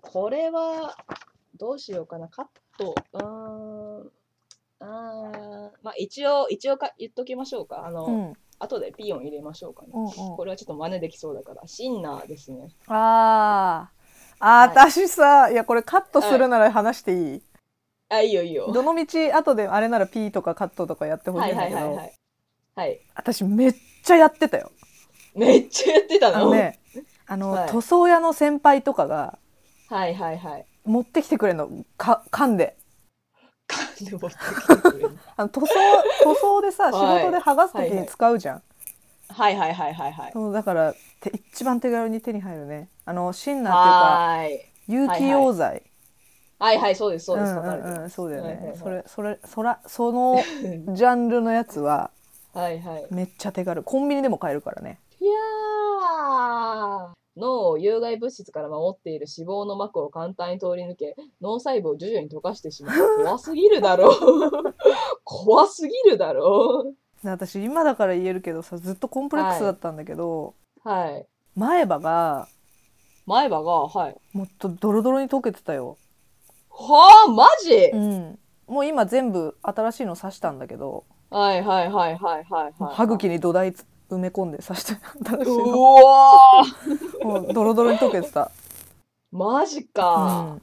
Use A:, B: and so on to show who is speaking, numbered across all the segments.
A: これはどうしようかなカットうーんあーまあ一応一応か言っときましょうかあの、
B: うん、
A: 後でピヨン入れましょうかね、
B: うんうん
A: これはちょっと真似できそうだからシンナーですね
B: あーあー、
A: は
B: 私さいやこれカットするなら話していい、
A: あいいよいいよ
B: どの道後であれなら P とかカットとかやってほし
A: はいい
B: んだ
A: はい
B: け
A: はい
B: ど
A: はいはい
B: 私めっちゃやってたよ
A: めっちゃやってた
B: あ
A: な
B: のねあの、
A: はい
B: 塗装屋の先輩とかが
A: はいはいはい
B: 持ってきてくれるのか噛んで
A: 噛んで持ってきてくれる
B: あの塗装塗装でさ仕
A: はい
B: 事で剥がす時
A: はいは
B: に
A: い
B: 使うじゃん、
A: はいはいはいはいはい
B: そうだからて一番手軽に手に入るねあのシンナーっていうか
A: はーい
B: 有機溶剤
A: はいはいそうですそうです、
B: うん
A: わかる
B: うんうんそうだよね、
A: はいはいはい
B: それそれそらそのジャンルのやつは
A: はいはい
B: めっちゃ手軽コンビニでも買えるからね
A: いやー脳を有害物質から守っている脂肪の膜を簡単に通り抜け脳細胞を徐々に溶かしてしまう怖すぎるだろう 怖すぎるだろ
B: 私今だから言えるけどさずっとコンプレックスだったんだけど、
A: うはい
B: 前歯が
A: 前歯がはい
B: もっとドロドロに溶けてたよ、
A: はあマジ、
B: うん、もう今全部新しいの刺したんだけど、
A: はいはいはいはいはいはい
B: 歯茎に土台つ埋め込んで刺して新しいうの
A: わー
B: もうドロドロに溶けてた、
A: マジ
B: う
A: か、
B: ん、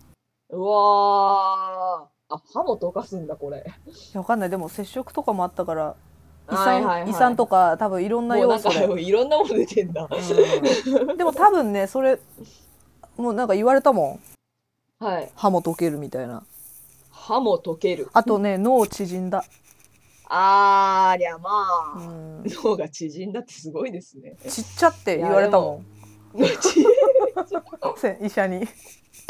A: うわーあ歯も溶かすんだこれ
B: いやわかんないでも接触とかもあったから胃酸,、
A: はいはいはい
B: 胃酸とか多分いろんな
A: もうな
B: 要
A: ん
B: 素
A: か
B: で
A: いろんなもの出てんだ、
B: うんでも多分ねそれもうなんか言われたもん
A: はい
B: 歯も溶けるみたいな
A: 歯も溶ける
B: あとね脳縮んだ、
A: あーりゃまあ、
B: うん、
A: 脳が縮んだってすごいですね。
B: ちっちゃって言われたもんせ医者に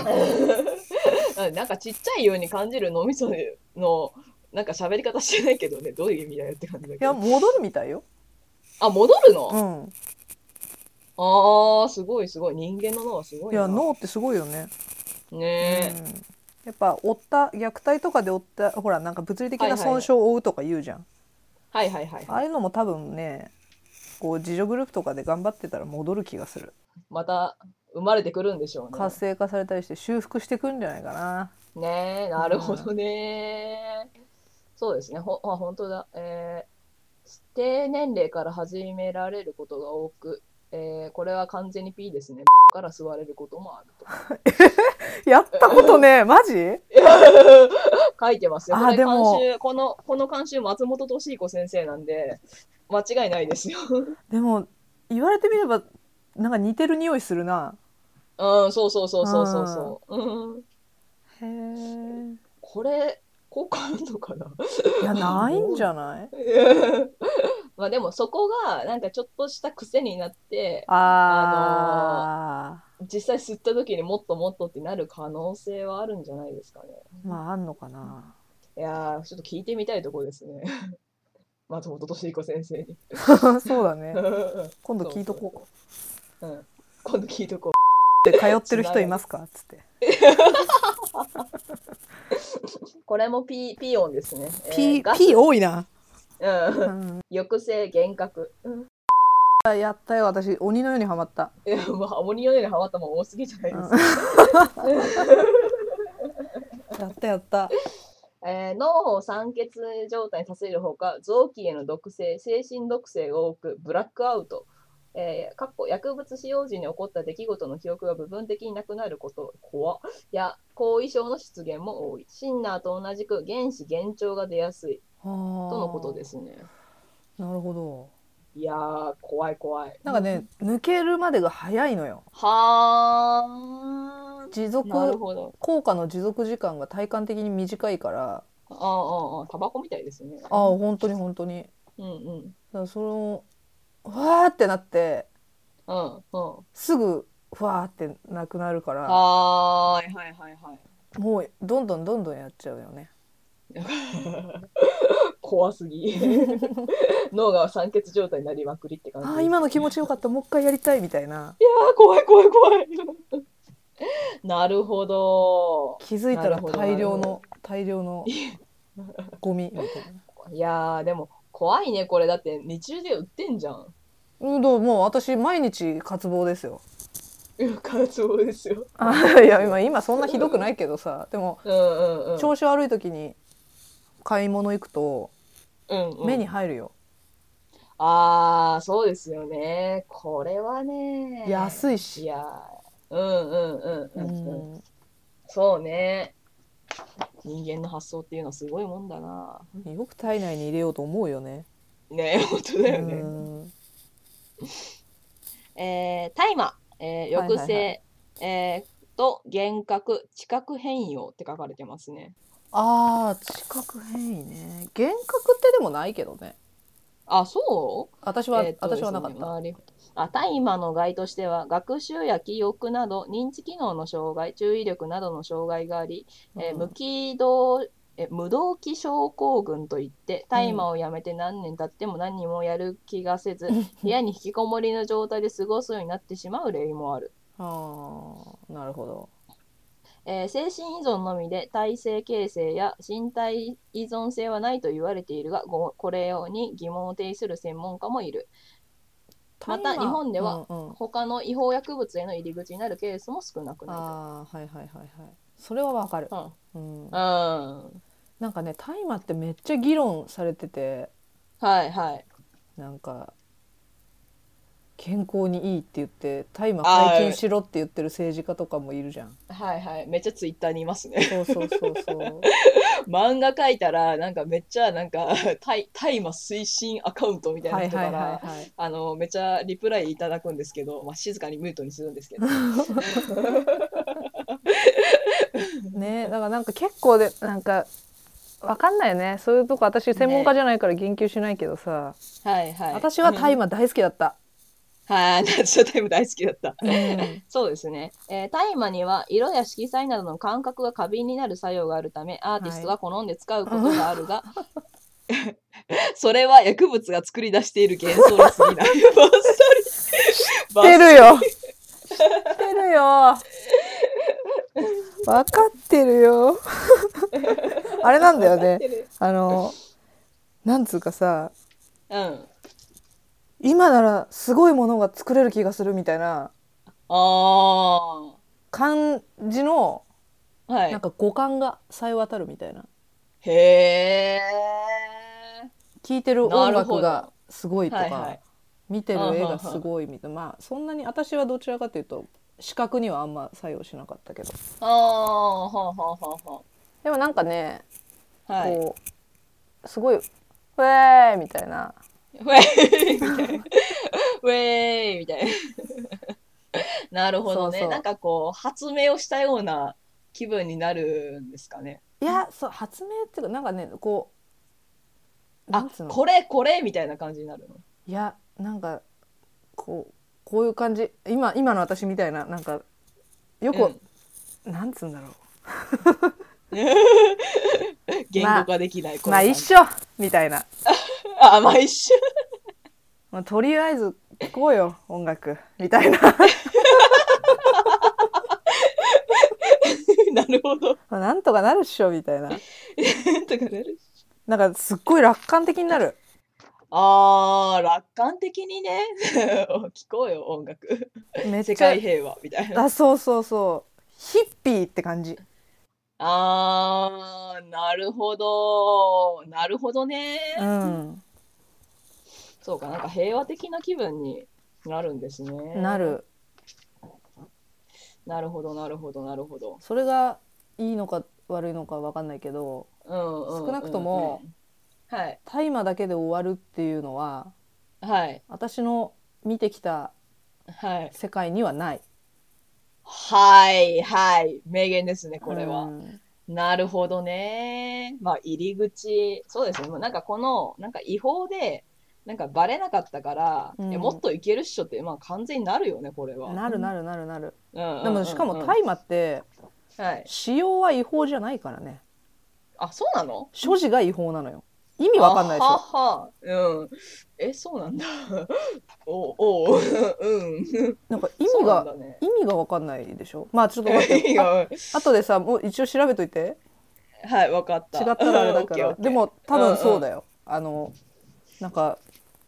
A: なんかちっちゃいように感じる脳みそのなんか喋り方してないけどねどういう意味だよって感じだ
B: い
A: け
B: や
A: ど。
B: 戻るみたいよ、
A: あ戻るの、
B: う
A: あ
B: ん、
A: あすごいすごい人間の脳はすご
B: い
A: いな。
B: や脳ってすごいよね、
A: ねえ、
B: うん、やっぱ負った虐待とかで負ったほらなんか物理的な損傷を負うとか言うじゃん、
A: はいはいはい。
B: ああいうのも多分ねこう自助グループとかで頑張ってたら戻る気がする
A: また生まれてくるんでしょうね
B: 活。性化されたりして修復してくんじゃないかな
A: ねえなるほどね、そうですねほあ本当だ。えー、低年齢から始められることが多く、えー、これは完全に P ですね。から吸われることもある と。
B: やったことねマジ
A: 書いてますよ。
B: あ
A: これ
B: でも
A: 監修この、この監修、松本敏彦先生なんで、間違いないですよ。
B: でも言われてみればなんか似てる匂いするな
A: うん、そうそうそうそうそうそう。うん、
B: へえ
A: これ、効果あるのかな
B: いやないんじゃない
A: まあでもそこが、なんかちょっとした癖になって、
B: あ
A: 実際吸った時にもっともっとってなる可能性はあるんじゃないですかね。
B: ーまああんのか ない
A: やー、ちょっと聞いてみたいところですね。 松本敏彦先生に。
B: そうだね今度聞いとこう
A: こう。うん、今度聞いとこう。
B: って通ってる人います かつって
A: これも P, P 音ですね。えー
B: P,
A: ガス
B: P 多いな、
A: う、
B: うんん、
A: 抑制幻覚。うん
B: やったよ私鬼のようにハマった、
A: いやまあ、鬼のようにハマったもん多すぎじゃないうで
B: ん
A: すか。
B: やったやった
A: えー脳を酸欠状態にさせるほか、臓器への毒性、精神毒性が多く、ブラックアウト。えー、かっこ薬物使用時に起こった出来事の記憶が部分的になくなること怖っや後遺症の出現も多いシンナーと同じく原始幻聴が出やすい
B: と
A: とのことですすね
B: なるほど
A: いやー怖い怖い
B: なんかね抜けるまでが早いのよ
A: は
B: 持
A: ーなる
B: 続
A: ほど
B: 効果の持続時間が体感的に短いから
A: ああ、ああ、タバコみたいですね。
B: ああ本当に本当に
A: うんうん。
B: だからそのわーってなって
A: うんうん。
B: すぐふわーってなくなるから
A: はーい、はいはいはい。
B: もうどんどんどんどんやっちゃうよね
A: 怖す ぎ。脳が酸欠状態になりまくりって感じです。
B: あー今
A: い
B: の気持ちよかったもう一回やりたいみたいな
A: やー怖い怖い怖い。 なるほど。
B: 気づいた
A: な
B: ら
A: るほど
B: 大量
A: なる
B: の大量のゴミみたい
A: いやー、でも怖いね、これ。 だって日中で売ってんじゃん。
B: なうんどうもう私毎日渇望ですよ
A: うん感想ですよ。
B: あいや今今そんなひどくないけどさでも
A: うんうんうん。
B: 調子悪い時に買い物行くと
A: うんうん
B: 目に入るよ、
A: ああ、そうですよね。これはね。
B: 安い
A: い
B: し、
A: やー、うんうんうん
B: う
A: うんうん。
B: ん、
A: そうね。人間の発想っていうのはすごいもんだな。
B: よく体内に入れようと思うよね
A: ねえ、本当だよ
B: う
A: ね。
B: ん
A: えー、大麻、えー、
B: はいはいはい
A: 抑制、えーと幻覚、知覚変容って書かれてますね。
B: あー知覚変異ね幻覚ってでもないけどね
A: あ、そう
B: 私は、
A: えーと
B: 私はなかっ
A: ですね
B: た、
A: 周りあ大麻の害としては学習や記憶など認知機能の障害注意力などの障害があり、えー
B: うん
A: 無機動えー無動機症候群といって大麻をやめて何年経っても何もやる気がせず、部屋に引きこもりの状態で過ごすようになってしまう例もある、
B: ああなるほど
A: えー精神依存のみで体制形成や身体依存性はないと言われているがごこれに疑問を呈する専門家もいるまた
B: 大麻
A: 日本では
B: うんうん
A: 他の違法薬物への入り口になるケースも少なくな
B: ああはいはいはいはいそれはわかる
A: い、と。
B: う
A: うん。う
B: ん
A: ん。
B: なんかね大麻ってめっちゃ議論されてて
A: はいはい。
B: なんか健康にいいって言って大麻解禁しろって言ってる政治家とかもいるじゃん
A: はいはい。めっちゃツイッターにいますね。
B: そうそうそうそう
A: 漫画描いたら、なんかめっちゃ、なんか、 大大麻推進アカウントみたい
B: は
A: ない人
B: は
A: か
B: いは
A: ら
B: い、はい
A: あの、めっちゃリプライいただくんですけど、まあ、静かにミュートにするんですけ ど。
B: ねだからなんか結構でなんかわかんないよねそういうとこ私専門家じゃないから言及しないけどさ、
A: はいはい。
B: 私は大
A: 麻。
B: 麻大好きだった、
A: はい。 私はタイム大好きだった。
B: うん
A: そうですね。えー大麻には色や色彩などの感覚が過敏になる作用があるため、アーティストが好んで使うことがあるが、 それは薬物が作り出している幻想に過ぎない。 バッサ
B: 知
A: リ
B: ってるよ知ってるよわかってるよあれなんだよねあのなんつうかさ
A: うん。
B: 今ならすごいものが作れる気がするみたいな
A: あ
B: 感じの
A: あ。は
B: なん
A: い。
B: か五感がさえ渡るみたいな
A: へえ。
B: 聴いてる音楽
A: なる
B: がすごいとか、
A: はいはい
B: 見てる絵がすごいみたいなまあそんなに私はどちらかというと視覚にはあんま作用しなかったけど
A: ああ、はんはんはんはん。
B: でもなんかね、
A: はい。
B: こうすごい「ウェーイ!」みたいな
A: ウェイみたいな。ウェイみたいな。なるほどね
B: そうそう
A: なんかこう、発明をしたような気分になるんですかね。
B: いやそう発明っていうかなんかねこうな
A: あ
B: んつう、の
A: これこれみたいな感じになるの。
B: いやなんかこうこういう感じ今今の私みたいななんかよく、
A: うん
B: なんつうんだろ
A: 言語化できない。
B: う
A: この
B: まあ
A: 感じ
B: 一緒みたいな、
A: あ、まあ一緒。
B: まあ、とりあえず聴こうよ音楽みたいな
A: なるほど。
B: まあなんとかなるっしょみたいな
A: とかなる。
B: なんかすっごい楽観的にな る
A: あー、楽観的にね。 聞こうよ、音楽。
B: めっ
A: 世
B: ちゃ
A: 界平和みたいな。
B: あそうそうそうヒッピーって感じ
A: あー、なるほど。なるほどね。
B: うん
A: そうか、なんか平和的な気分になるんですね。
B: な。る
A: なるほど、なるほど、なるほど。
B: それがいいのか悪いのか分かんないけど
A: うんうんうんうん
B: 少なくとも。
A: はい、
B: 大麻だけで終わるっていうのは
A: はい、
B: 私の見てきた
A: はい。
B: 世界にはない
A: はい、はい。名言ですね、これ
B: う
A: は。
B: ん
A: なるほどね。まあ、入り口。そうですね。もうなんかこの、なんか違法で、なんかバレなかったから、
B: うん
A: いやもっといけるっしょって、まあ完全になるよね、これは。
B: なるなるなるなる、
A: うんうんうんうん。
B: でもしかも大麻って
A: はい。
B: 使用は違法じゃないからね
A: あ、そうなの
B: 所持が違法なのよ意味わかんないでし
A: あ
B: ょ
A: ははうん。え、そうなんだ。 お おう、うん。
B: なんか意
A: そ
B: 味
A: うなん
B: が
A: だね。
B: 意味がわかんないでしょまあちょっと待っ
A: い
B: てあ
A: や
B: 後でさもう一応調べといて
A: はい、わかった。
B: 違ったらあれだ か
A: オッ
B: ら
A: ケーオッケー
B: で、も多分そうだよ、あのなんか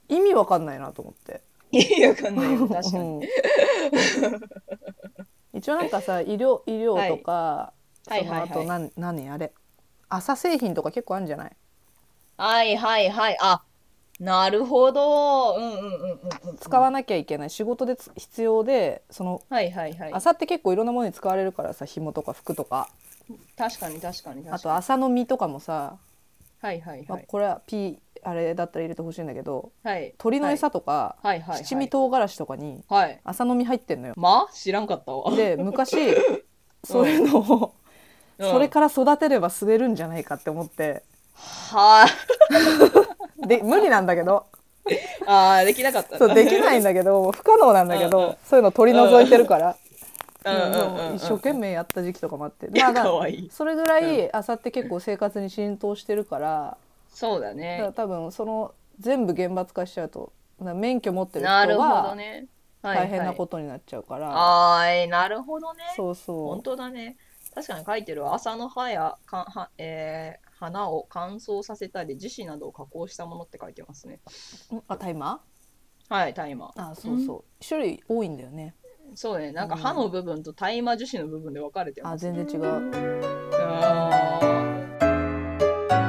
B: 意味わかんないなと思って
A: 意味わかんないよね確かに。
B: うん一応なんかさ医療医療とか、
A: はい
B: その後、
A: はいはい
B: なん何あれ朝製品とか結構あるんじゃない
A: はいはいはい。あなるほど。うんうんうんうんうん。
B: 使わなきゃいけない仕事でつ必要でその
A: はいはいはい。
B: 麻って結構いろんなものに使われるからさ紐とか服とか
A: 確かに確かに確かに。
B: あと麻の実とかもさ、
A: はいはい
B: まあ
A: はい。
B: これは P あれだったら入れてほしいんだけど
A: はい。
B: 鶏の餌とか、
A: はいはいはい。
B: 七味唐辛子とかに
A: はい。
B: 麻の実入ってんのよ。
A: まあ知らんかったわ。
B: で昔 そういうのを、それ
A: うん
B: から育てれば吸えるんじゃないかって思って
A: はい。
B: で無理なんだけど
A: あーできなかったんだ。
B: そうできないんだけど不可能なんだけど、
A: うんうん
B: そういうの取り除いてるから、
A: うんうんうんう。
B: もうん一生懸命やった時期とかもあって、まあ、だ
A: かわいい。
B: それぐらい麻って結構生活に浸透してるから
A: そうだ
B: だから
A: ね。
B: 多分その全部厳罰化しちゃうとな免許持ってる人
A: なるほど
B: は
A: ね。。
B: 大変なこととになっちゃうから、
A: はい、なるほどね。
B: そう
A: 本
B: そ
A: 当だね。確かに書いてるわ朝の葉やかんは、えー花を乾燥させたり樹脂などを加工したものって書いてますね。
B: うあタイマ
A: はい、大麻。
B: ーあそうそう、種類多いんだよね
A: そうね、なんか
B: うん
A: 歯の部分と大麻樹脂の部分で分かれて
B: あ
A: ます。
B: 全然違う
A: あー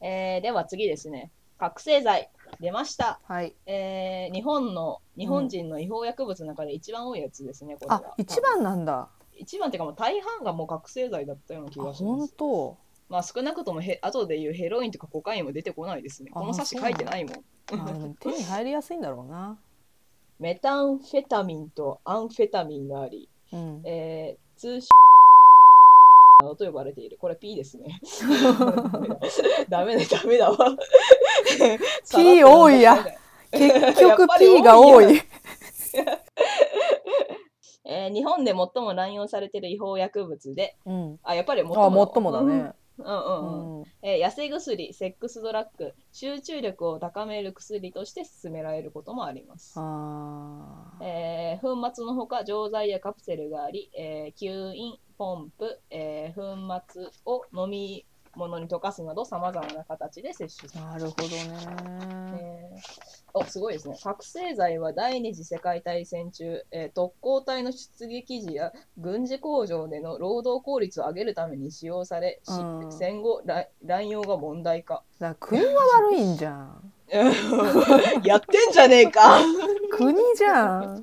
A: えーでは次ですね。覚醒剤出ました。
B: はい
A: えー日本の日本人の違法薬物の中で一番多いやつですね、これ
B: あ
A: が
B: 一番なんだ
A: 一番っていうかもう大半がもう覚醒剤だったような気
B: あ
A: がしま
B: 本
A: す
B: 当
A: まあ少なくともへ後で言うヘロインとかコカインも出てこないですね
B: あ
A: この冊子書いてないもん
B: あでも 手に入りやすいんだろうな
A: メタンフェタミンとアンフェタミンがあり、
B: うん
A: えー、通称などと呼ばれているこれ P です ねダメだダメだわ
B: P 多いや結局 P が多い
A: えー日本で最も乱用されている違法薬物で
B: うん
A: あやっぱり最も
B: あもっともだ
A: う
B: ね、
A: んうんうん
B: うん
A: えー痩せ薬セックスドラッグ集中力を高める薬として勧められることもあります、
B: あー
A: えー粉末のほか錠剤やカプセルがあり、えー吸引ポンプ、えー粉末を飲み物に溶かすなどさまざまな形で摂取する、
B: なるほどね。
A: えーおすごいですね覚醒剤は第二次世界大戦中、えー特攻隊の出撃時や軍事工場での労働効率を上げるために使用され、し
B: うん
A: 戦後ら乱用が問題化
B: だから国が悪いんじゃん。
A: やってんじゃねえか
B: 国じゃん。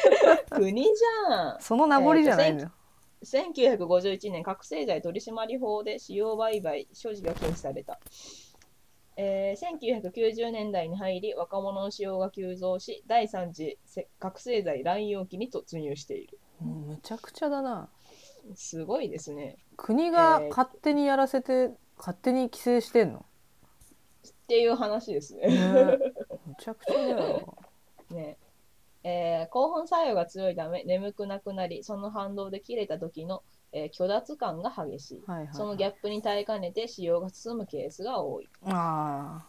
A: 国じゃん
B: その名残じゃないのよ。
A: 1951年覚醒剤取締法で使用売買所持が禁止された、えー1990年代に入り若者の使用が急増し第3次せ覚醒剤乱用期に突入している
B: もうむちゃくちゃだな。
A: すごいですね
B: 国が
A: えー
B: 勝手にやらせて、勝手に規制してんの。
A: っていう話ですね
B: ねむちゃくちゃだよ。
A: ねえー興奮作用が強いため眠くなくなりその反動で切れた時の、えー虚脱感が激しい
B: はいはい。
A: そのギャップに耐えかねて使用が進むケースが多い。
B: ああ。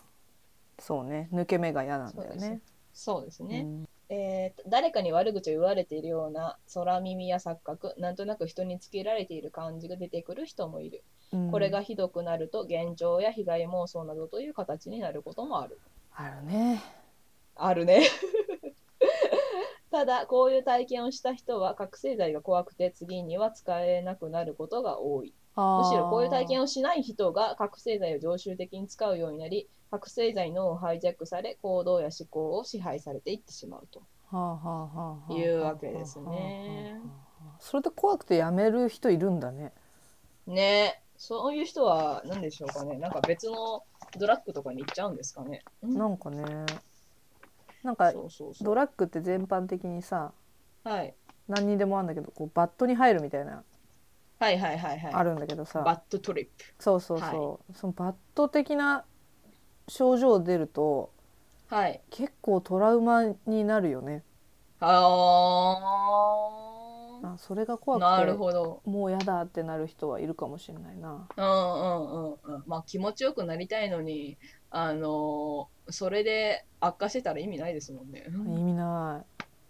B: そうね。抜け目が嫌なんだよ
A: そう
B: ね。
A: そうです
B: う
A: ね、
B: ん
A: えー誰かに悪口を言われているような空耳や錯覚なんとなく人につけられている感じが出てくる人もいる、
B: うん
A: これがひどくなると幻聴や被害妄想などという形になることもある
B: あるね。
A: あるね ただこういう体験をした人は覚醒剤が怖くて次には使えなくなることが多いむ
B: む
A: しろこういう体験
B: を。
A: をしない人が覚醒剤を常習的に使うようになり覚醒剤の脳をハイジャックされ行動や思考を支配されていってしまうと
B: はあはあはあはあ
A: いうわけですね。
B: それで怖くてやめる人いるんだね。
A: ねそういう人は何でしょうかねなんか別のドラッグとかに行っちゃうんですかね
B: なんかね。なんか
A: そうそうそ
B: ド
A: う
B: ラッグって全般的にさ
A: はい、
B: 何にでもあるんだけどこうバットに入るみたいな、
A: はいはいはいはい
B: あるんだけどさ
A: バッドトリッ
B: そうそうそう、そのバット的な症状出ると
A: プはい
B: 結構トラウマになるよね
A: あー
B: あなそれが怖
A: な
B: く
A: る
B: て
A: ほど。
B: もうやだってなる人はいるかもしれないな
A: うんうんうんうん。まあ気持ちよくなりたいのに、あのーそれで悪化してたら意味ないですもんね。
B: 意味な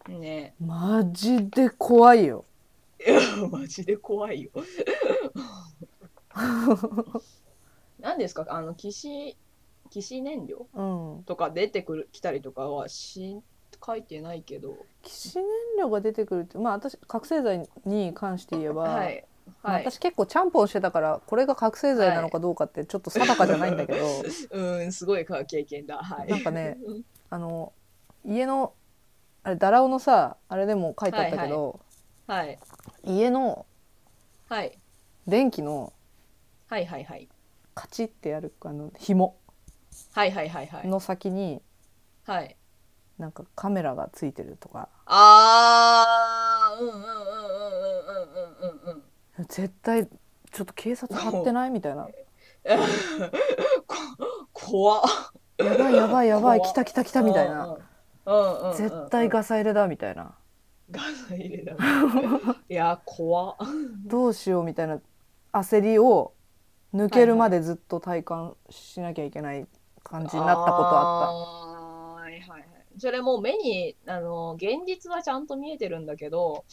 A: ね
B: いマジで怖いよ
A: え。マジで怖 いよ。何ですかあの、騎士、騎士燃料
B: うん
A: とか出てくる、来たりとかはし、書いてないけど。
B: 起死燃料が出てくるってまあ私覚醒剤に関して言えば、
A: はい。
B: まあ
A: はい。
B: 私結構ちゃんぽんしてたからこれが覚醒剤なのかどうかってちょっと定かじゃないんだけど、
A: うん、すごい経験だ。はい。
B: なんか ねあの家のあれダラオのさあれでも書いてあったけど、
A: はい。
B: 家の
A: はい。
B: 電気の
A: はいはいはい。
B: カチッてやるあの紐
A: はいはいはいはい。
B: の先に
A: はい。
B: なんかカメラがついてるとか
A: あー、うんうんうんうんうんうんうんうんうん。
B: 絶対ちょっと警察張ってないみたいな
A: こ怖っ。
B: やばいやばいやばい
A: 怖
B: 来た来た来たみたいな
A: うんうんうんうんうん。
B: 絶対ガサ入れだみたいな
A: ガス入れだ。いや、怖っ。
B: どうしようみたいな焦りを抜けるまでずっと体感しなきゃいけない感じになったことあっ
A: あった。はいはいはい。それもう目に、あの、現実はちゃんと見えてるんだけど、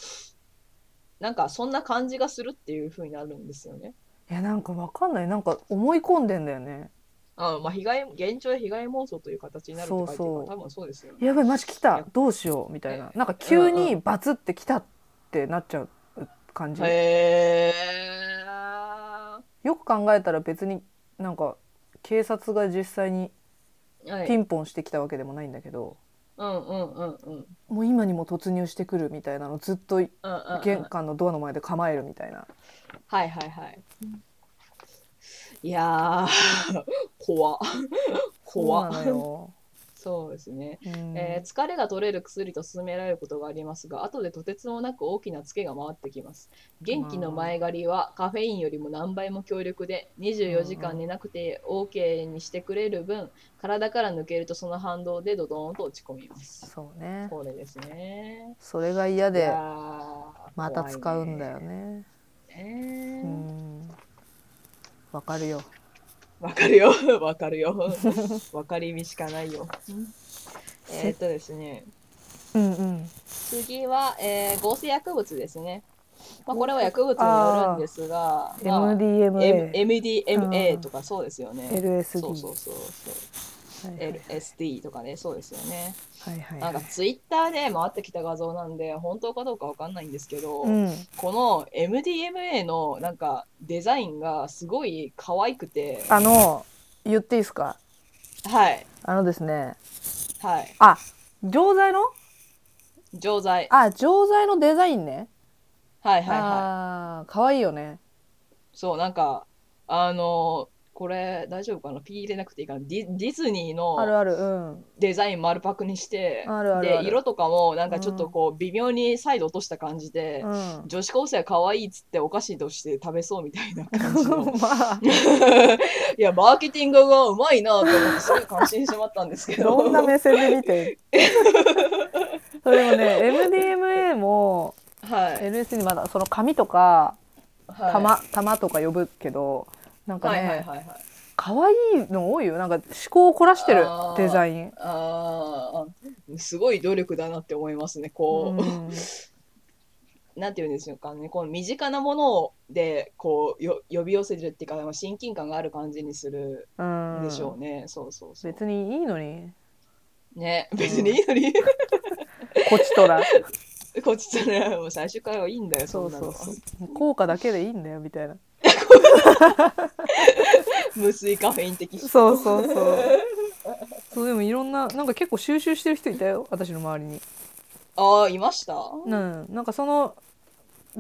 A: なんかそんな感じがするっていう風になるんですよね。
B: たいやなんかわかんないなんか思い込んでんだよね
A: あまあ、被害、現状や被害妄想という形になるって書いてるから、
B: そうそう
A: 多分そうですよね。
B: やばいマジ来たどうしようみたいななんか急にバツって来たってなっちゃう感じ
A: へー。
B: よく考えたら別になんか警察が実際に
A: はい
B: ピンポンしてきたわけでもないんだけど
A: うんうんうんうん。
B: もう今にも突入してくるみたいなのずっと
A: うんうんうん
B: 玄関のドアの前で構えるみたいな
A: はいはいはい。いやー、怖っ怖っ
B: そうなのよ
A: そうですね、
B: うん
A: えー疲れが取れる薬と勧められることがありますが、後でとてつもなく大きなツケが回ってきます。元気の前借りはカフェインよりも何倍も強力で、24時間寝なくて OK にしてくれる分、体から抜けるとその反動でドドーンと落ち込みます。
B: そうね
A: これですね。
B: それが嫌
A: い
B: で
A: やー
B: また使うんだよ。ね
A: 怖いね
B: う
A: ね
B: んわかるよ
A: わかるよ、 わかるよ。わかりみしかない よ。えーっとですね、
B: うんうん
A: 次は、えー合成薬物ですね。まあ、これは薬物によるんですが、まあ M-
B: MDMA
A: MDMA
B: うん
A: とかそうですよね。そうそう
B: LSD
A: そうそう。
B: はいはい
A: LSD とかね、そうですよね。
B: はいはい
A: なん
B: は
A: か
B: い
A: ツイッターで回ってきた画像なんで、本当かどうかわかんないんですけど、
B: うん
A: この MDMA のなんかデザインがすごい可愛くて、
B: あの言っていいですか
A: はい、
B: あのですね
A: はい、
B: あ錠剤の
A: 錠剤。
B: あ錠剤のデザインね
A: はいはいはい。
B: ああ可愛いよね
A: そう、なんか、あのこれ大丈夫かな ?P 入れなくていいかなディディズニー
B: ある
A: の
B: あるうん
A: デザイン丸パクにして、
B: あるあるある
A: で、色とかもなんかちょっとこう、微妙にサイド落とした感じで、
B: うんま
A: 女子高生は可愛いっつってお菓子として食べそうみたいな感じ の。
B: あ
A: いや、マーケティングがうまいなと思って、すごい感心してしまったんですけ ど。
B: どんな目線で 見てそれもね MDMA も
A: はい。
B: LSD まだその紙とか
A: はい
B: 玉玉とか呼ぶけどなんか
A: はいはい
B: ね
A: はいはい。
B: 可愛いの多いよなんか思考を凝らしてる
A: あー
B: デザイン
A: ああ、すごい努力だなって思いますね。こう、
B: うん
A: なんていうんですかね、この身近なものをでこうよ呼び寄せるっていうか、親近感がある感じにする
B: うん
A: んでしょうね。そうそうそう。
B: 別にいいのに
A: ね、別にいいのに、
B: こちとら
A: こっちとね、もう最終回はいいんだよ、
B: そ
A: そ
B: うん
A: な
B: そ
A: の
B: う
A: は。
B: そう効果だけでいいんだよみたいな
A: 無水カフェイン的。
B: そうそうそうそうでもいろんななんか結構収集してる人いたよ私の周りに
A: ああ、いました
B: うんなんかその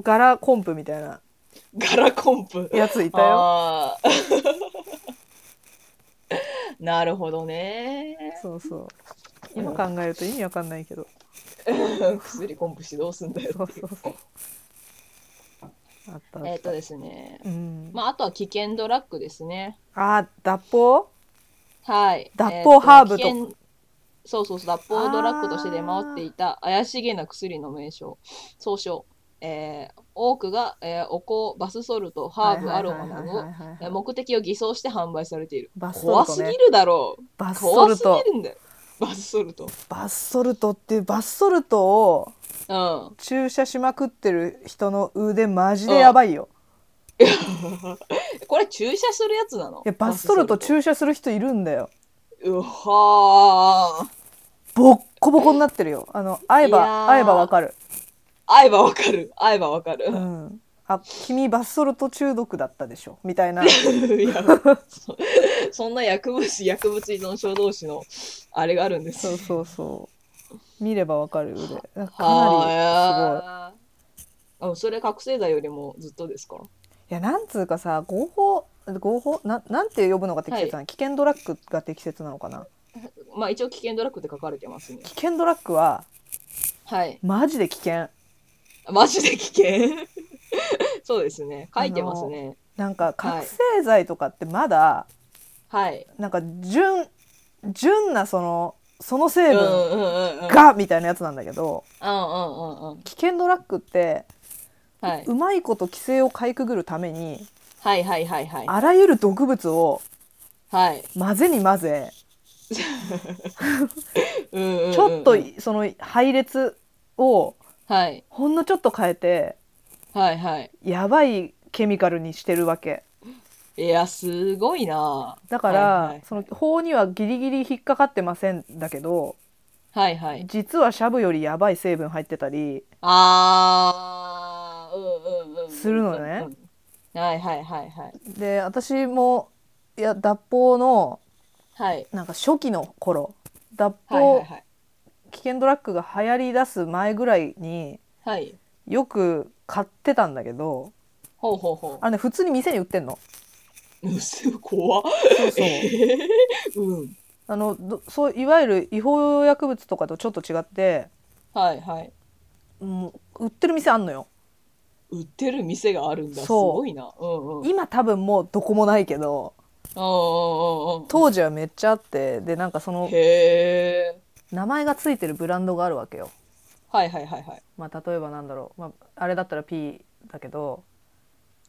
B: 柄コンプみたいな
A: ガラコンプ。
B: やついたよ
A: ああ。 なるほど ね。
B: そうそう今考えると意味わかんないけど
A: 薬コンプしてどうすんだよ
B: そう
A: ってい
B: そうそうあったあった
A: う。えっとですね。
B: うん
A: まあ、あとは危険ドラッグですね。
B: あ脱法
A: はい。
B: 脱
A: えー
B: 法ハーブと
A: 危険そうそうそう、脱法ドラッグとして出回っていた怪しげな薬の名称、総称。えー多くが、えーお香バスソルトハーブアロマなどえー
B: ど
A: 目的を偽装して販売されている
B: バスソ
A: 怖
B: ルト
A: すぎ
B: ね
A: るだろう
B: バスソ
A: 怖
B: ル
A: すぎ
B: ト
A: るんだよバスソルト
B: バスソルトっていうバスソルトを
A: うん
B: 注射しまくってる人の腕マジでやばいよ、
A: これ注射するやつなの
B: いやバスソルト
A: バスソ
B: 注射する人いるんだよ
A: ルトうはー
B: ボッコボコになってるよあの会え
A: いやー
B: ば会えばわかる、
A: 会えばわかる会えばわかる、
B: うん、あ君バスソルト中毒だったでしょみ たいな
A: いやそそんな薬物薬物依存症同士のあれがあるんです
B: そうそうそう見ればわかる腕かなりすごい
A: はーいあそれ覚醒剤よりもずっとですか
B: いやなんつうかさ合法合法ななんて呼ぶのが適切なの、危険ドラッグが適切なのかな
A: まあ一応危険ドラッグって書かれてますね
B: 危険ドラッグは
A: はい
B: マジで危険
A: マジで危険 そうですね書いてますね
B: なんか覚醒剤とかってまだ
A: はい
B: なんか純純なそのその成
A: うんうん
B: 分
A: うんうん
B: がみたいなやつなんだけど
A: うんうんうんうん
B: 危険ドラッグって
A: はい、
B: うまいこと規制をかいくぐるために
A: はいはいはいはい
B: あらゆる毒物を
A: はい
B: 混ぜに混ぜ
A: うんうんうん
B: ちょっとその配列を
A: はい
B: ほんのちょっと変えて
A: はいはい
B: やばいケミカルにしてるわけ
A: いやすごいな
B: だから、
A: はいはい
B: その法にはギリギリ引っかかってませんだけど
A: はいはい
B: 実はシャブよりやばい成分入ってたり
A: あーうんうんうんうんうん
B: するのね
A: はいはいはいはい
B: で私もいや脱法の
A: はい
B: なんか初期の頃脱
A: はいはい
B: 法、
A: はい
B: 危険ドラッグが流行り出す前ぐらいに
A: はい
B: よく買ってたんだけど
A: ほうほうほ
B: あれね普通に店に売ってんの。
A: ううっ す怖っ
B: そうそう
A: うん
B: あのどそういわゆる違法薬物とかとちょっと違って
A: はいはい
B: もう売ってる店あんのよ
A: 売ってる店があるんだす
B: そう
A: ごいなうんうんうんうんうん
B: 今多分もうどこもないけど
A: うん
B: 当時はめっちゃあってでなんかその
A: へえ
B: 名前がついてるブランドがあるわけよ。
A: はいはいはいはい
B: まあ、例えばなんだろう、まあ、あれだったら P だけど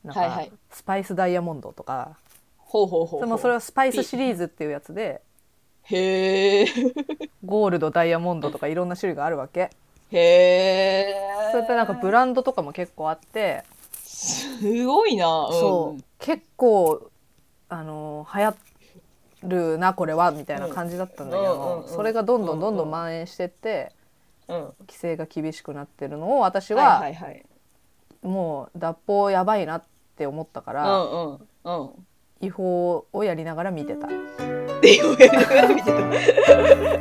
B: なん
A: はいは
B: か
A: い
B: スパイスダイヤモンドとか、
A: ほうほうほうほう
B: でもそれはスパイスシリーズっていうやつで
A: へえ
B: ゴールドダイヤモンドとかいろんな種類があるわけ
A: へえ
B: それってなんかブランドとかも結構あって、
A: すごいな、うん、
B: そう結構あの流行るなこれはみたいな感じだったんだけど、
A: うんうんうん
B: それがどんどんどんどん蔓延してって
A: うん、は
B: 規制が厳しくなってるのを私
A: い
B: は、
A: はいはい
B: もう脱法やばいなって思ったか
A: う
B: ら、
A: んうんうん
B: 違法をやりながら見てた。
A: って言われてた